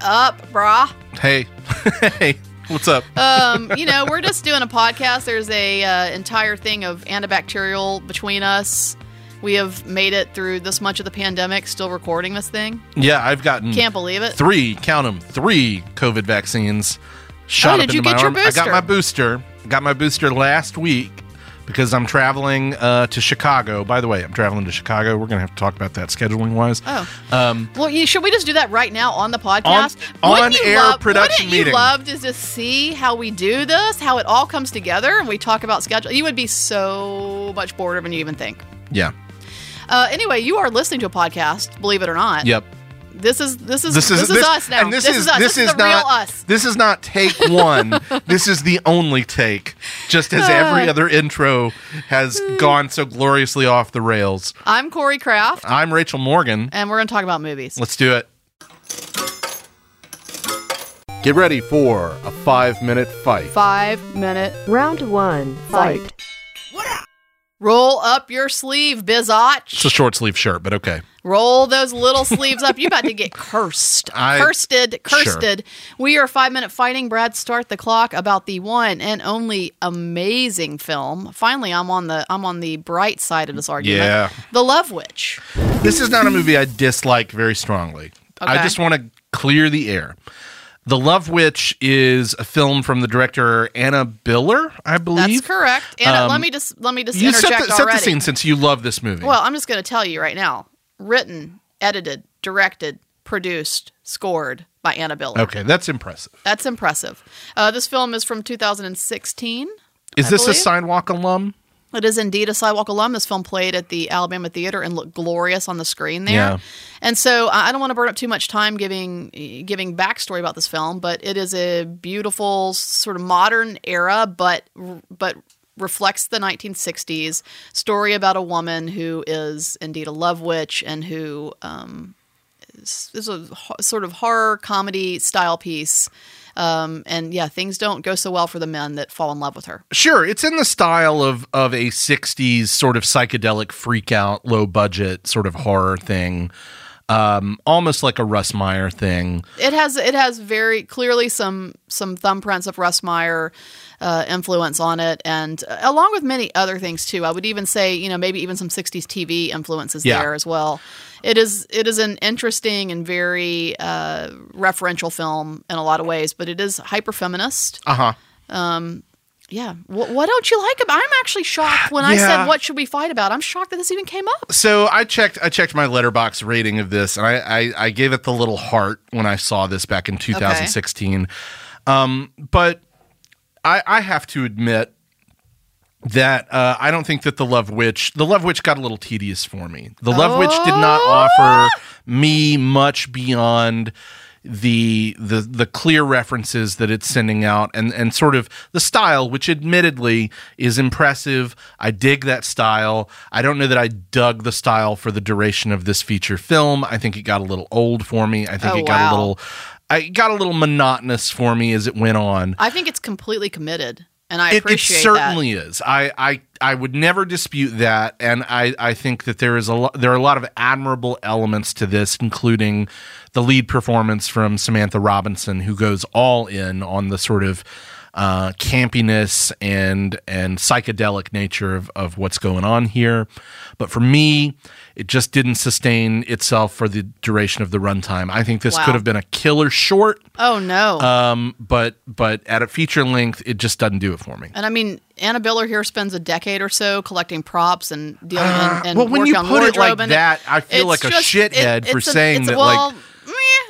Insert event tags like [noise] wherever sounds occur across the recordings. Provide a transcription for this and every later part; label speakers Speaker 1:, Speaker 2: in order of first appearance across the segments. Speaker 1: up, brah.
Speaker 2: Hey, [laughs] hey, what's up?
Speaker 1: Um, you know, we're just doing a podcast. There's a uh, entire thing of antibacterial between us. We have made it through this much of the pandemic, still recording this thing.
Speaker 2: Yeah, I've gotten
Speaker 1: Can't believe it.
Speaker 2: three, count them, three COVID vaccines shot
Speaker 1: Oh, did
Speaker 2: up into
Speaker 1: you
Speaker 2: my
Speaker 1: get your
Speaker 2: arm. I
Speaker 1: booster?
Speaker 2: got my booster. Got my booster last week because I'm traveling uh, to Chicago. By the way, I'm traveling to Chicago. We're gonna have to talk about that scheduling wise.
Speaker 1: Oh.
Speaker 2: Um,
Speaker 1: Well, you, should we just do that right now on the podcast?
Speaker 2: On-
Speaker 1: Wouldn't you
Speaker 2: on-air
Speaker 1: love-
Speaker 2: production
Speaker 1: wouldn't
Speaker 2: meeting.
Speaker 1: you love to just see how we do this, how it all comes together, and we talk about schedule? You would be so much bored than you even think.
Speaker 2: yeah.
Speaker 1: Uh, anyway, you are listening to a podcast, believe it or not.
Speaker 2: Yep.
Speaker 1: This is this is
Speaker 2: This is
Speaker 1: us now.
Speaker 2: And this, is,
Speaker 1: us.
Speaker 2: this, is,
Speaker 1: the
Speaker 2: not
Speaker 1: real us.
Speaker 2: this is
Speaker 1: [laughs]
Speaker 2: not take one. this is the only take. Just as
Speaker 1: Uh.
Speaker 2: every other intro has gone so gloriously off the rails.
Speaker 1: I'm Corey Kraft,
Speaker 2: I'm Rachel Morgan.
Speaker 1: and we're going to talk about movies.
Speaker 2: Let's do it. Get ready for a five-minute fight.
Speaker 1: Five minute.
Speaker 3: Round one, fight.
Speaker 1: Roll up your sleeve,
Speaker 2: It's a
Speaker 1: bizotch.
Speaker 2: short sleeve shirt, but okay.
Speaker 1: Roll those little sleeves up. You about to
Speaker 2: [laughs]
Speaker 1: get cursed.
Speaker 2: I-
Speaker 1: Cursted.
Speaker 2: Sure.
Speaker 1: Cursted. We are five minute fighting. Brad, start the clock about the one and only amazing film. Finally, I'm on the I'm on the bright side of this argument.
Speaker 2: Yeah.
Speaker 1: The Love Witch.
Speaker 2: This is not a movie I dislike very strongly. I
Speaker 1: Okay.
Speaker 2: just want to clear the air. The Love Witch is a film from the director Anna Biller, I
Speaker 1: That's
Speaker 2: believe.
Speaker 1: correct. And uh,
Speaker 2: Um,
Speaker 1: let me just let me just
Speaker 2: You set
Speaker 1: interject
Speaker 2: the, set
Speaker 1: already.
Speaker 2: the scene since you love this movie.
Speaker 1: Well, I'm just going to tell you right now. Written, edited, directed, produced, scored by Annabelle.
Speaker 2: okay, that's impressive.
Speaker 1: That's impressive. Uh, this film is from 2016.
Speaker 2: Is this a
Speaker 1: believe-
Speaker 2: sidewalk alum?
Speaker 1: It is indeed a sidewalk alum. This film played at the Alabama Theater and looked glorious on the screen there.
Speaker 2: Yeah.
Speaker 1: And so I I don't want to burn up too much time giving giving backstory about this film, but it is a beautiful sort of modern era, but but reflects the 1960s story about a woman who is indeed a love witch and who um, is, is a ho- sort of horror comedy style piece. Um, and yeah, things don't go so well for the men that fall in love with her.
Speaker 2: Sure, it's in the style of of a '60s sort of psychedelic freak out, low budget sort of horror thing, um, almost like a Russ Meyer thing.
Speaker 1: It has it has very clearly some some thumbprints of Russ Meyer uh, influence on it, and uh, along with many other things too. I would even say you know maybe even some '60s TV influences
Speaker 2: Yeah.
Speaker 1: there as well. It is it is an interesting and very uh, referential film in a lot of ways, but it is hyper feminist.
Speaker 2: Uh huh.
Speaker 1: Yeah, what, what don't you like about? I'm actually shocked when I
Speaker 2: Yeah.
Speaker 1: said what should we fight about. I'm shocked that this even came up.
Speaker 2: So I checked. I checked my letterbox rating of this, and I I, I gave it the little heart when I saw this back in 2016. Um, but I I have to admit that uh, I don't think that the Love Witch the Love Witch got a little tedious for me. The Love Witch did not
Speaker 1: Oh.
Speaker 2: offer me much beyond the the the clear references that it's sending out and and sort of the style which admittedly is impressive i dig that style i don't know that i dug the style for the duration of this feature film i think it got a little old for me i think
Speaker 1: Oh,
Speaker 2: it got
Speaker 1: wow.
Speaker 2: a little I it got a little monotonous for me as it went on
Speaker 1: I think it's completely committed, and I
Speaker 2: it, it
Speaker 1: appreciate that.
Speaker 2: certainly is. I, I I would never dispute that, and I, I think that there is a lo- there are a lot of admirable elements to this, including the lead performance from Samantha Robinson, who goes all in on the sort of uh, campiness and and psychedelic nature of, of what's going on here. But for me, it just didn't sustain itself for the duration of the runtime. I think this
Speaker 1: Wow.
Speaker 2: could have been a killer short,
Speaker 1: Oh no.
Speaker 2: um, but but at a feature length, it just doesn't do it for me.
Speaker 1: And I mean, Anna Biller here spends a decade or so collecting props and dealing and, and
Speaker 2: Uh, well, when
Speaker 1: working
Speaker 2: you
Speaker 1: on
Speaker 2: put it
Speaker 1: wardrobe.
Speaker 2: like
Speaker 1: and
Speaker 2: that, I feel like
Speaker 1: it's
Speaker 2: a
Speaker 1: just- it-
Speaker 2: shithead for
Speaker 1: it's a-
Speaker 2: saying
Speaker 1: it's a-
Speaker 2: that,
Speaker 1: Well,
Speaker 2: like,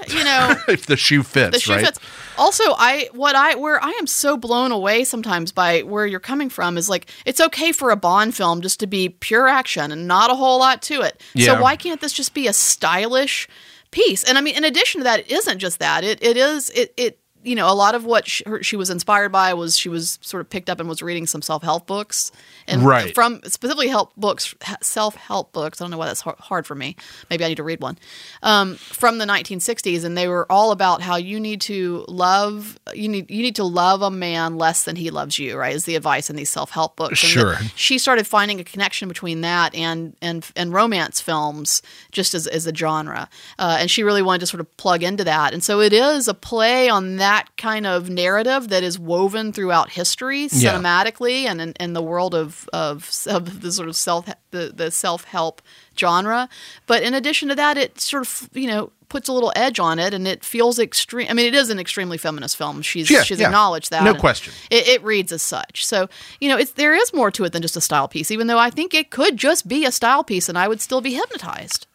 Speaker 1: meh, you know,
Speaker 2: [laughs] if the shoe fits,
Speaker 1: the shoe
Speaker 2: right?
Speaker 1: fits. Also, I what I where I am so blown away sometimes by where you're coming from is like it's okay for a Bond film just to be pure action and not a whole lot to it.
Speaker 2: Yeah.
Speaker 1: So why can't this just be a stylish piece? And I mean, in addition to that, it isn't just that. It it is it it you know, a lot of what she, her, she was inspired by was she was sort of picked up and was reading some self help books, and
Speaker 2: Right.
Speaker 1: from specifically help books, self help books. I don't know why that's har- hard for me. Maybe I need to read one um, from the 1960s, and they were all about how you need to love you need you need to love a man less than he loves you. Right is the advice in these self help books. And
Speaker 2: Sure.
Speaker 1: the- she started finding a connection between that and and and romance films just as, as a genre uh, and she really wanted to sort of plug into that and so it is a play on that kind of narrative that is woven throughout history
Speaker 2: Yeah.
Speaker 1: cinematically and in, in the world of, of of the sort of self the, the self-help genre but in addition to that it sort of you know puts a little edge on it and it feels extreme i mean it is an extremely feminist film she's
Speaker 2: Yeah,
Speaker 1: she's
Speaker 2: yeah.
Speaker 1: acknowledged that
Speaker 2: No
Speaker 1: and-
Speaker 2: question.
Speaker 1: it, it reads as such. So you know, it's there is more to it than just a style piece. Even though I think it could just be a style piece, and I would still be hypnotized.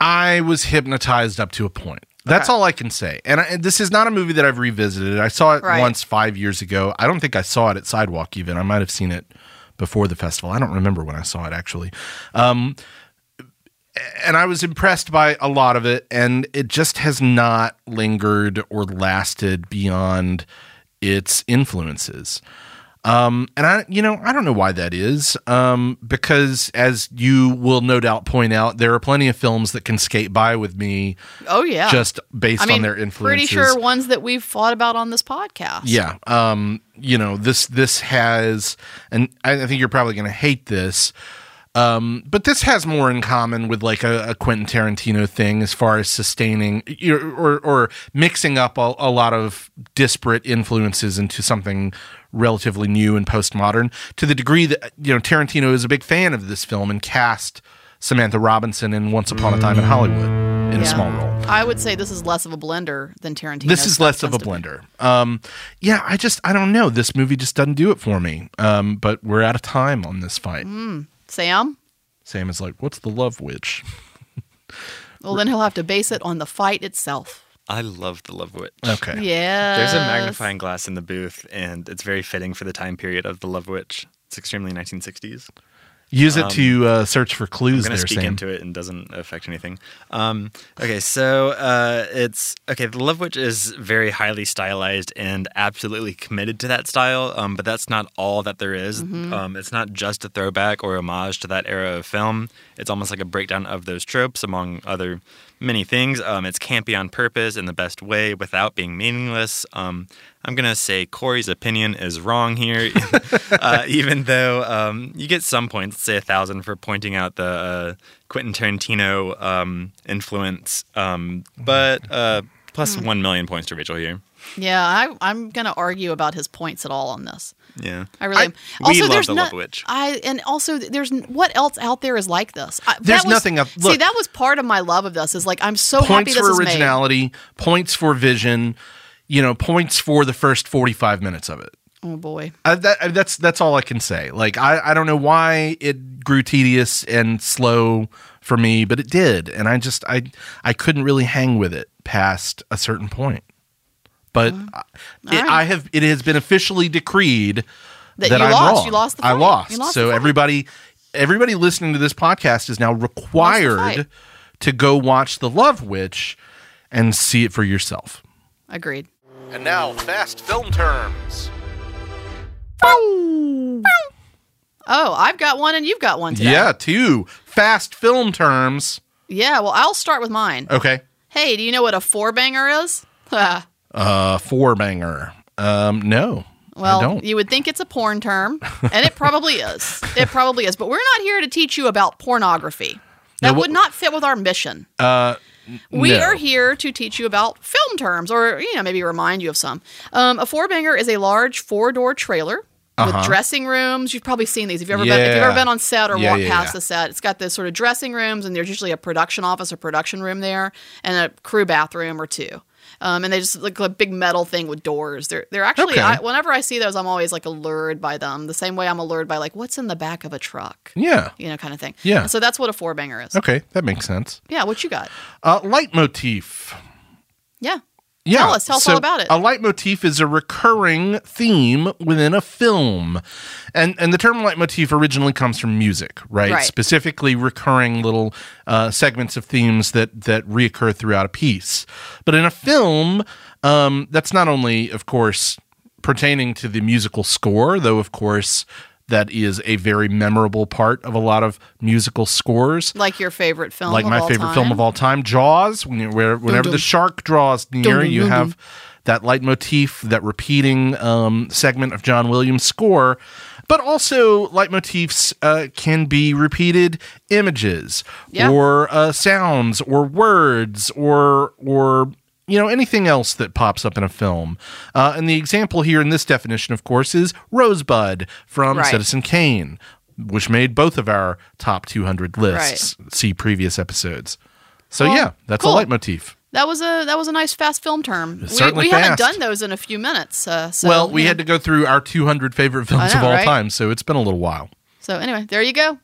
Speaker 2: I was hypnotized up to a point. That's
Speaker 1: Okay.
Speaker 2: all I can say. And, I, and this is not a movie that I've revisited. I saw it
Speaker 1: Right.
Speaker 2: once five years ago. I don't think I saw it at Sidewalk even. I might have seen it before the festival. I don't remember when I saw it actually. Um, and I was impressed by a lot of it, and it just has not lingered or lasted beyond its influences. And I, you know, I don't know why that is. Um, because as you will no doubt point out, there are plenty of films that can skate by with me
Speaker 1: Oh yeah,
Speaker 2: just based
Speaker 1: I mean,
Speaker 2: on their
Speaker 1: pretty
Speaker 2: influences.
Speaker 1: sure ones that we've thought about on this podcast.
Speaker 2: Yeah. Um, you know, this this has and I, I think you're probably gonna hate this. Um, but this has more in common with like a, a Quentin Tarantino thing as far as sustaining you know, or or mixing up a, a lot of disparate influences into something relatively new and postmodern to the degree that you know Tarantino is a big fan of this film and cast Samantha Robinson in Once Upon a Time in Hollywood in a
Speaker 1: Yeah.
Speaker 2: small role.
Speaker 1: I would say this is less of a blender than Tarantino.
Speaker 2: This is less of a blender. Um, yeah, I just I don't know. This movie just doesn't do it for me. Um, but we're out of time on this fight.
Speaker 1: Mm-hmm. Sam.
Speaker 2: Sam is like, "What's the love witch?"
Speaker 1: Well, then he'll have to base it on the fight itself.
Speaker 4: I love the Love Witch.
Speaker 2: Okay.
Speaker 1: Yeah,
Speaker 4: There's a magnifying glass in the booth, and it's very fitting for the time period of the Love Witch. It's extremely 1960s.
Speaker 2: Use it to uh, search for clues.
Speaker 4: Um, I'm
Speaker 2: There,
Speaker 4: gonna speak
Speaker 2: Sam.
Speaker 4: into it and doesn't affect anything. Um, okay, so uh, it's okay. The Love Witch is very highly stylized and absolutely committed to that style, um, but that's not all that there is. Um, it's not just a throwback or homage to that era of film. It's almost like a breakdown of those tropes, among other many things. Um, it's campy on purpose in the best way without being meaningless. Um, I'm gonna say Corey's opinion is wrong here, [laughs] uh, even though um, you get some points, say a thousand, for pointing out the uh, Quentin Tarantino um, influence. Um, but uh, plus one million points to Rachel here.
Speaker 1: Yeah, I, I'm going to argue about his points at all on this.
Speaker 4: Yeah,
Speaker 1: I really am.
Speaker 4: we
Speaker 1: Also,
Speaker 4: love
Speaker 1: there's
Speaker 4: the
Speaker 1: no-
Speaker 4: Love Witch.
Speaker 1: I and also th- there's n- what else out there is like this. I,
Speaker 2: There's
Speaker 1: that was,
Speaker 2: nothing up-
Speaker 1: See,
Speaker 2: look.
Speaker 1: that was part of my love of this. Is like I'm so Oh, happy
Speaker 2: Points
Speaker 1: this
Speaker 2: for
Speaker 1: is
Speaker 2: originality. Points for vision. You know, points for the first forty-five minutes of it.
Speaker 1: made. Oh boy,
Speaker 2: Uh, that, uh, that's that's all I can say. Like I, I don't know why it grew tedious and slow for me, but it did, and I just I I couldn't really hang with it past a certain point. But I, it,
Speaker 1: right.
Speaker 2: I have it has been officially decreed
Speaker 1: That
Speaker 2: that,
Speaker 1: you
Speaker 2: I'm
Speaker 1: lost.
Speaker 2: wrong.
Speaker 1: You lost the
Speaker 2: I
Speaker 1: fight.
Speaker 2: lost.
Speaker 1: You lost the
Speaker 2: so
Speaker 1: fight.
Speaker 2: everybody everybody listening to this podcast is now
Speaker 1: fight.
Speaker 2: required to go watch The Love Witch and see it for yourself.
Speaker 1: agreed.
Speaker 2: And now fast film terms.
Speaker 1: Oh, I've got one and you've got one today.
Speaker 2: Yeah, two fast film terms.
Speaker 1: Yeah, Well, I'll start with mine.
Speaker 2: Okay.
Speaker 1: Hey, do you know what a four banger is? [laughs] well,
Speaker 2: A four banger. Um, no, I don't.
Speaker 1: you would think it's a porn term, and it
Speaker 2: [laughs]
Speaker 1: probably is. It probably is. But we're not here to teach you about pornography. That
Speaker 2: No, wh-
Speaker 1: would not fit with our mission. We
Speaker 2: No.
Speaker 1: are here to teach you about film terms, or you know, maybe remind you of some. Um, a four banger is a large four door trailer with dressing rooms. You've probably seen these. If you've ever been, if you've
Speaker 2: Uh-huh. Yeah.
Speaker 1: ever been on set or
Speaker 2: Yeah,
Speaker 1: walked
Speaker 2: yeah,
Speaker 1: past
Speaker 2: yeah.
Speaker 1: the set, it's got this sort of dressing rooms, and there's usually a production office or production room there, and a crew bathroom or two. Um, and they just look like a big metal thing with doors. They're they're actually.
Speaker 2: Okay.
Speaker 1: I, whenever I see those, I'm always like allured by them. The same way I'm allured by like what's in the back of a truck,
Speaker 2: Yeah.
Speaker 1: you know, kind of thing.
Speaker 2: Yeah.
Speaker 1: So that's what a four banger is.
Speaker 2: Okay, that makes sense.
Speaker 1: Yeah. What you got?
Speaker 2: Uh, leitmotif.
Speaker 1: Yeah.
Speaker 2: Yeah.
Speaker 1: Tell us- tell us all about it.
Speaker 2: A leitmotif is a recurring theme within a film. And and the term leitmotif originally comes from music, right?
Speaker 1: Right.
Speaker 2: Specifically recurring little uh, segments of themes that that reoccur throughout a piece. But in a film, Um, that's not only, of course, pertaining to the musical score, though, of course, that is a very memorable part of a lot of musical scores.
Speaker 1: Like your favorite film.
Speaker 2: like
Speaker 1: of
Speaker 2: my
Speaker 1: all
Speaker 2: favorite
Speaker 1: time.
Speaker 2: film of all time, Jaws. When you, where, whenever the shark draws near,
Speaker 1: dum,
Speaker 2: you
Speaker 1: dum,
Speaker 2: have that leitmotif, that repeating um, segment of John Williams' score. But also, leitmotifs uh, can be repeated images
Speaker 1: Yeah.
Speaker 2: or uh, sounds or words or or you know anything else that pops up in a film. Uh, and the example here in this definition, of course, is Rosebud from
Speaker 1: Right.
Speaker 2: Citizen Kane, which made both of our top 200 lists. See previous episodes. So
Speaker 1: Well,
Speaker 2: yeah, that's
Speaker 1: cool.
Speaker 2: a leitmotif.
Speaker 1: That was a that was a nice fast film term. We,
Speaker 2: certainly
Speaker 1: we haven't
Speaker 2: fast.
Speaker 1: done those in a few minutes. Uh, so,
Speaker 2: well, we
Speaker 1: yeah.
Speaker 2: had to go through our 200 favorite films
Speaker 1: know,
Speaker 2: of all
Speaker 1: right?
Speaker 2: time, so it's been a little while.
Speaker 1: So anyway, there you go.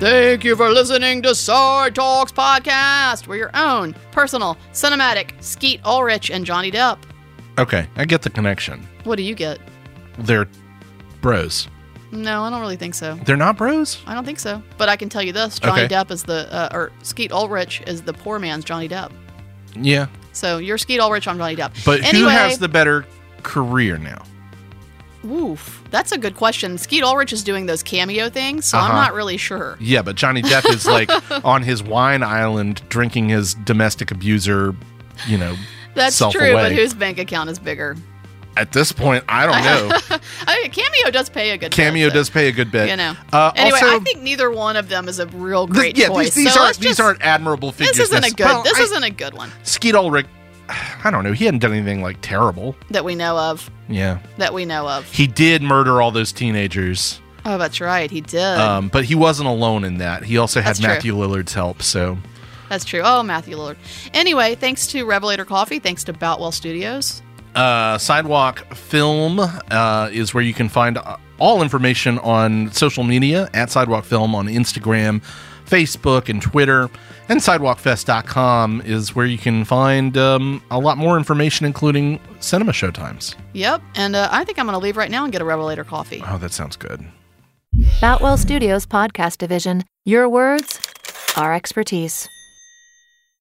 Speaker 1: Thank you for listening to Side Talks Podcast. We're your own personal cinematic Skeet Ulrich and Johnny Depp.
Speaker 2: Okay, I get the connection.
Speaker 1: What do you get?
Speaker 2: They're bros.
Speaker 1: No, I don't really think so.
Speaker 2: They're not bros?
Speaker 1: I don't think so. But I can tell you this: Johnny
Speaker 2: Okay.
Speaker 1: Depp is the uh, or Skeet Ulrich is the poor man's Johnny Depp.
Speaker 2: Yeah.
Speaker 1: So you're Skeet Ulrich, I'm Johnny Depp.
Speaker 2: But who
Speaker 1: Anyway-
Speaker 2: has the better career now?
Speaker 1: Oof, that's a good question. Skeet Ulrich is doing those cameo things, so I'm
Speaker 2: Uh-huh.
Speaker 1: not really sure.
Speaker 2: Yeah, but Johnny Depp
Speaker 1: [laughs]
Speaker 2: is like on his wine island drinking his domestic abuser, you know,
Speaker 1: That's
Speaker 2: self
Speaker 1: true,
Speaker 2: away.
Speaker 1: but whose bank account is bigger?
Speaker 2: At this point, I don't
Speaker 1: [laughs]
Speaker 2: know.
Speaker 1: I mean, cameo does pay a good bit,
Speaker 2: Cameo
Speaker 1: so,
Speaker 2: does pay a good bit.
Speaker 1: You know.
Speaker 2: Uh,
Speaker 1: anyway,
Speaker 2: also,
Speaker 1: I think neither one of them is a real
Speaker 2: this-
Speaker 1: great
Speaker 2: yeah,
Speaker 1: choice.
Speaker 2: these, these
Speaker 1: so
Speaker 2: aren't
Speaker 1: let's
Speaker 2: these
Speaker 1: just-
Speaker 2: aren't admirable figures.
Speaker 1: This isn't a good.
Speaker 2: well,
Speaker 1: this
Speaker 2: I-
Speaker 1: isn't a good one
Speaker 2: Skeet Ulrich. I don't know. He hadn't done anything like terrible.
Speaker 1: that we know of.
Speaker 2: Yeah,
Speaker 1: That we know of.
Speaker 2: he did murder all those teenagers,
Speaker 1: Oh, that's right. He did.
Speaker 2: um, but he wasn't alone in that. He also had
Speaker 1: That's true.
Speaker 2: Matthew Lillard's help. So
Speaker 1: that's true. Oh, Matthew Lillard. Anyway, thanks to Revelator Coffee. Thanks to Boutwell Studios.
Speaker 2: uh, Sidewalk Film uh, is where you can find uh, all information on social media at Sidewalk Film on Instagram, Facebook, and Twitter. And sidewalkfest.com is where you can find um, a lot more information, including cinema showtimes.
Speaker 1: Yep. And uh, I think I'm going to leave right now and get a Revelator Coffee.
Speaker 2: Oh, that sounds good.
Speaker 3: Batwell Studios Podcast Division. Your words, our expertise.